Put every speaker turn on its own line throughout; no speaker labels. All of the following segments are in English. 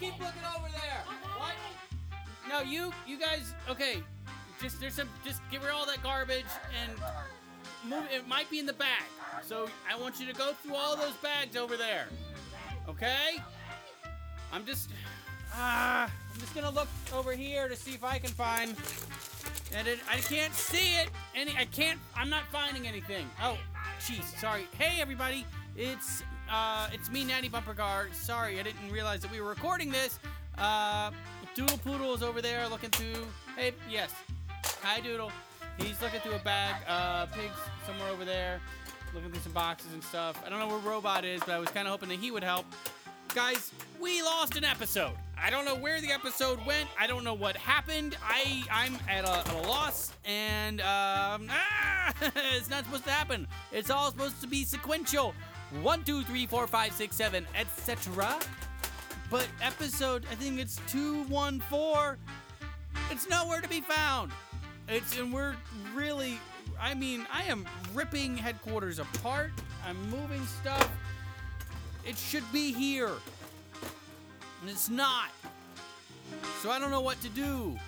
looking over there. What?
No, you you guys okay. Just there's some just get rid of all that garbage and move it might be in the bag. So I want you to go through all those bags over there. Okay? I'm just ah I'm just gonna look over here to see if I can find and it, I can't see it. Any I can't I'm not finding anything. Oh jeez, sorry. Hey everybody, it's uh it's me Natty Bumper Guard. Sorry, I didn't realize that we were recording this. Uh Doodle Poodle is over there looking through Hey yes. Hi Doodle. He's looking through a bag. Uh, pigs somewhere over there, looking through some boxes and stuff. I don't know where Robot is, but I was kind of hoping that he would help. Guys, we lost an episode. I don't know where the episode went. I don't know what happened. I I'm at a, at a loss, and um, ah, it's not supposed to happen. It's all supposed to be sequential. One, two, three, four, five, six, seven, etc. But episode, I think it's two, one, four. It's nowhere to be found. It's and we're really I mean, I am ripping headquarters apart. I'm moving stuff. It should be here. And it's not. So I don't know what to do.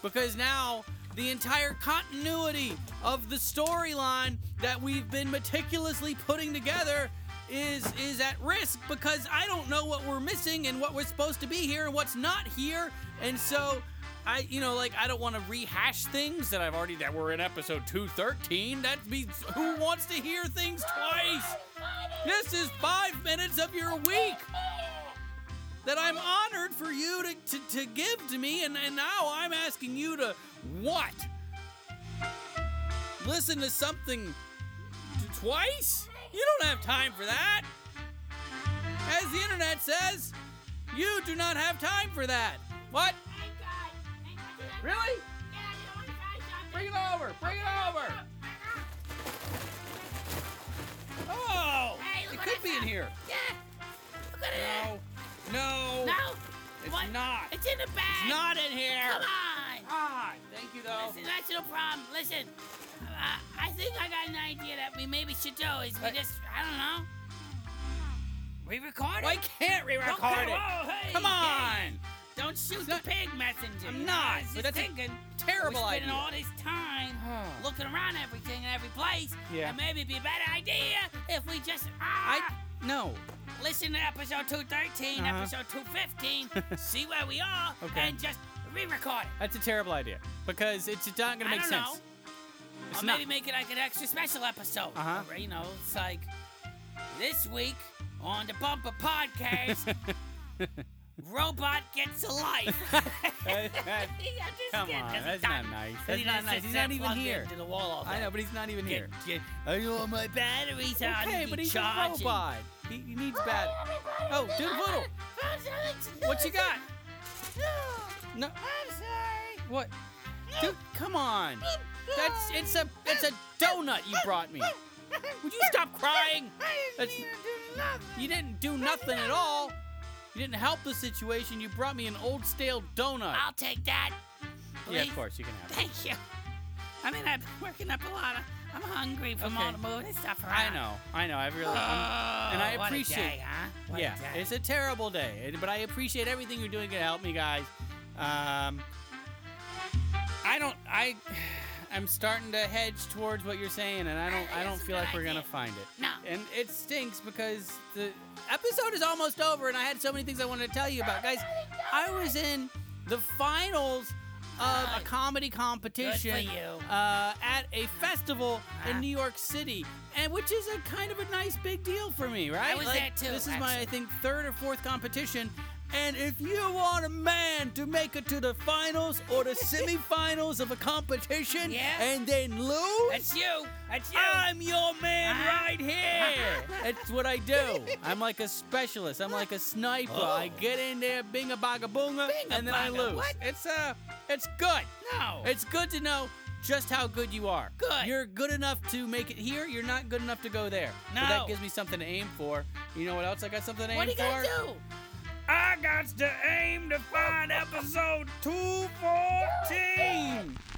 Because now the entire continuity of the storyline that we've been meticulously putting together is is at risk because I don't know what we're missing and what we're supposed to be here and what's not here. And so I you know like I don't want to rehash things that I've already that were in episode 213. That means who wants to hear things twice? This is 5 minutes of your week that I'm honored for you to, to, to give to me and, and now I'm asking you to what? Listen to something t- twice? You don't have time for that. As the internet says, you do not have time for that. What? Really? Bring it over! Bring it over! Oh!
Hey, look
it
what
could
I
be in
found.
here.
Yeah. Look at
No. No.
it. No.
It's
what?
not.
It's in the
It's
bag.
not in here.
Come on.
Ah, thank you though.
Listen, that's no problem. Listen, uh, I think I got an idea that we maybe should do is we
Hey.
just, I don't know, re-record it.
Why can't we
Don't
record
come-
it?
Whoa, hey,
Come
hey.
on!
Don't shoot
not-
the pig messenger.
I'm
you know?
not,
I was
but
just
that's a
thinking,
Terrible
we're
idea.
spending all this time
Oh.
looking around everything and every place,
Yeah.
and maybe it'd be a better idea if we just ah,
I no.
listen to episode 213,
Uh-huh.
episode 215, see where we are,
Okay.
and just re-record it.
That's a terrible idea because it's not gonna
I
make
don't
sense.
know.
It's
or
not.
maybe make it like an extra special episode.
Uh-huh.
Or, You know, it's like this week on the Bumper Podcast, robot gets a life.
That-
I'm just
Come
kidding,
on,
'cause
that's
he
not
died.
nice.
'Cause
That's
he
not
just
nice.
sits
He's
there
not even
plugged
here.
into the wall all
I
day.
know, but he's not even here.
Get- get-
Are you on my
batteries out.
Okay,
he
but he's a
charging.
robot. He, he needs bad. Oh, dude, Poodle, what you got? No. I'm sorry. What? Dude, come on. That's it's a it's a donut you brought me. Would you stop crying? That's, you didn't do nothing at all. You didn't help the situation. You brought me an old stale donut.
I'll take that.
yeah, of
please.
course you can have it.
Thank you. I mean, I've been working up a lot. Of, I'm hungry from all
Okay.
the moving and stuff around.
I know, I know. I really, I'm,
Oh,
and I
what a
appreciate-
day, huh? What a
yeah.
day.
It's a terrible day, and- but I appreciate everything you're doing to help me, guys. Um, I don't, I, I'm starting to hedge towards what you're saying, and I don't, I don't
That's a
feel
good
like we're gonna
idea.
find it.
No.
And it stinks because the episode is almost over, and I had so many things I wanted to tell you about. Guys, I was in the finals of a
Good.
comedy competition
Good for you.
Uh, at a festival in
Ah.
New York City, and which is a kind of a nice big deal for me, right?
was
Like,
there too,
This is my, I
actually.
think, third or fourth competition. And if you want a man to make it to the finals or the semifinals of a competition
Yeah.
and then lose,
That's you. That's you.
I'm your man
Uh-huh.
right here. That's what I do. I'm like a specialist. I'm like a sniper. I get in there, binga baga boonga, and then I
Binga-bonga.
lose.
Oh. What?
It's uh, it's good.
no.
It's good to know just how good you are.
Good.
You're good enough to make it here. You're not good enough to go there. So
No.
that gives me something to aim for. You know what else I got something to
what
aim
are you
for?
gonna do?
I got to aim to find episode 214.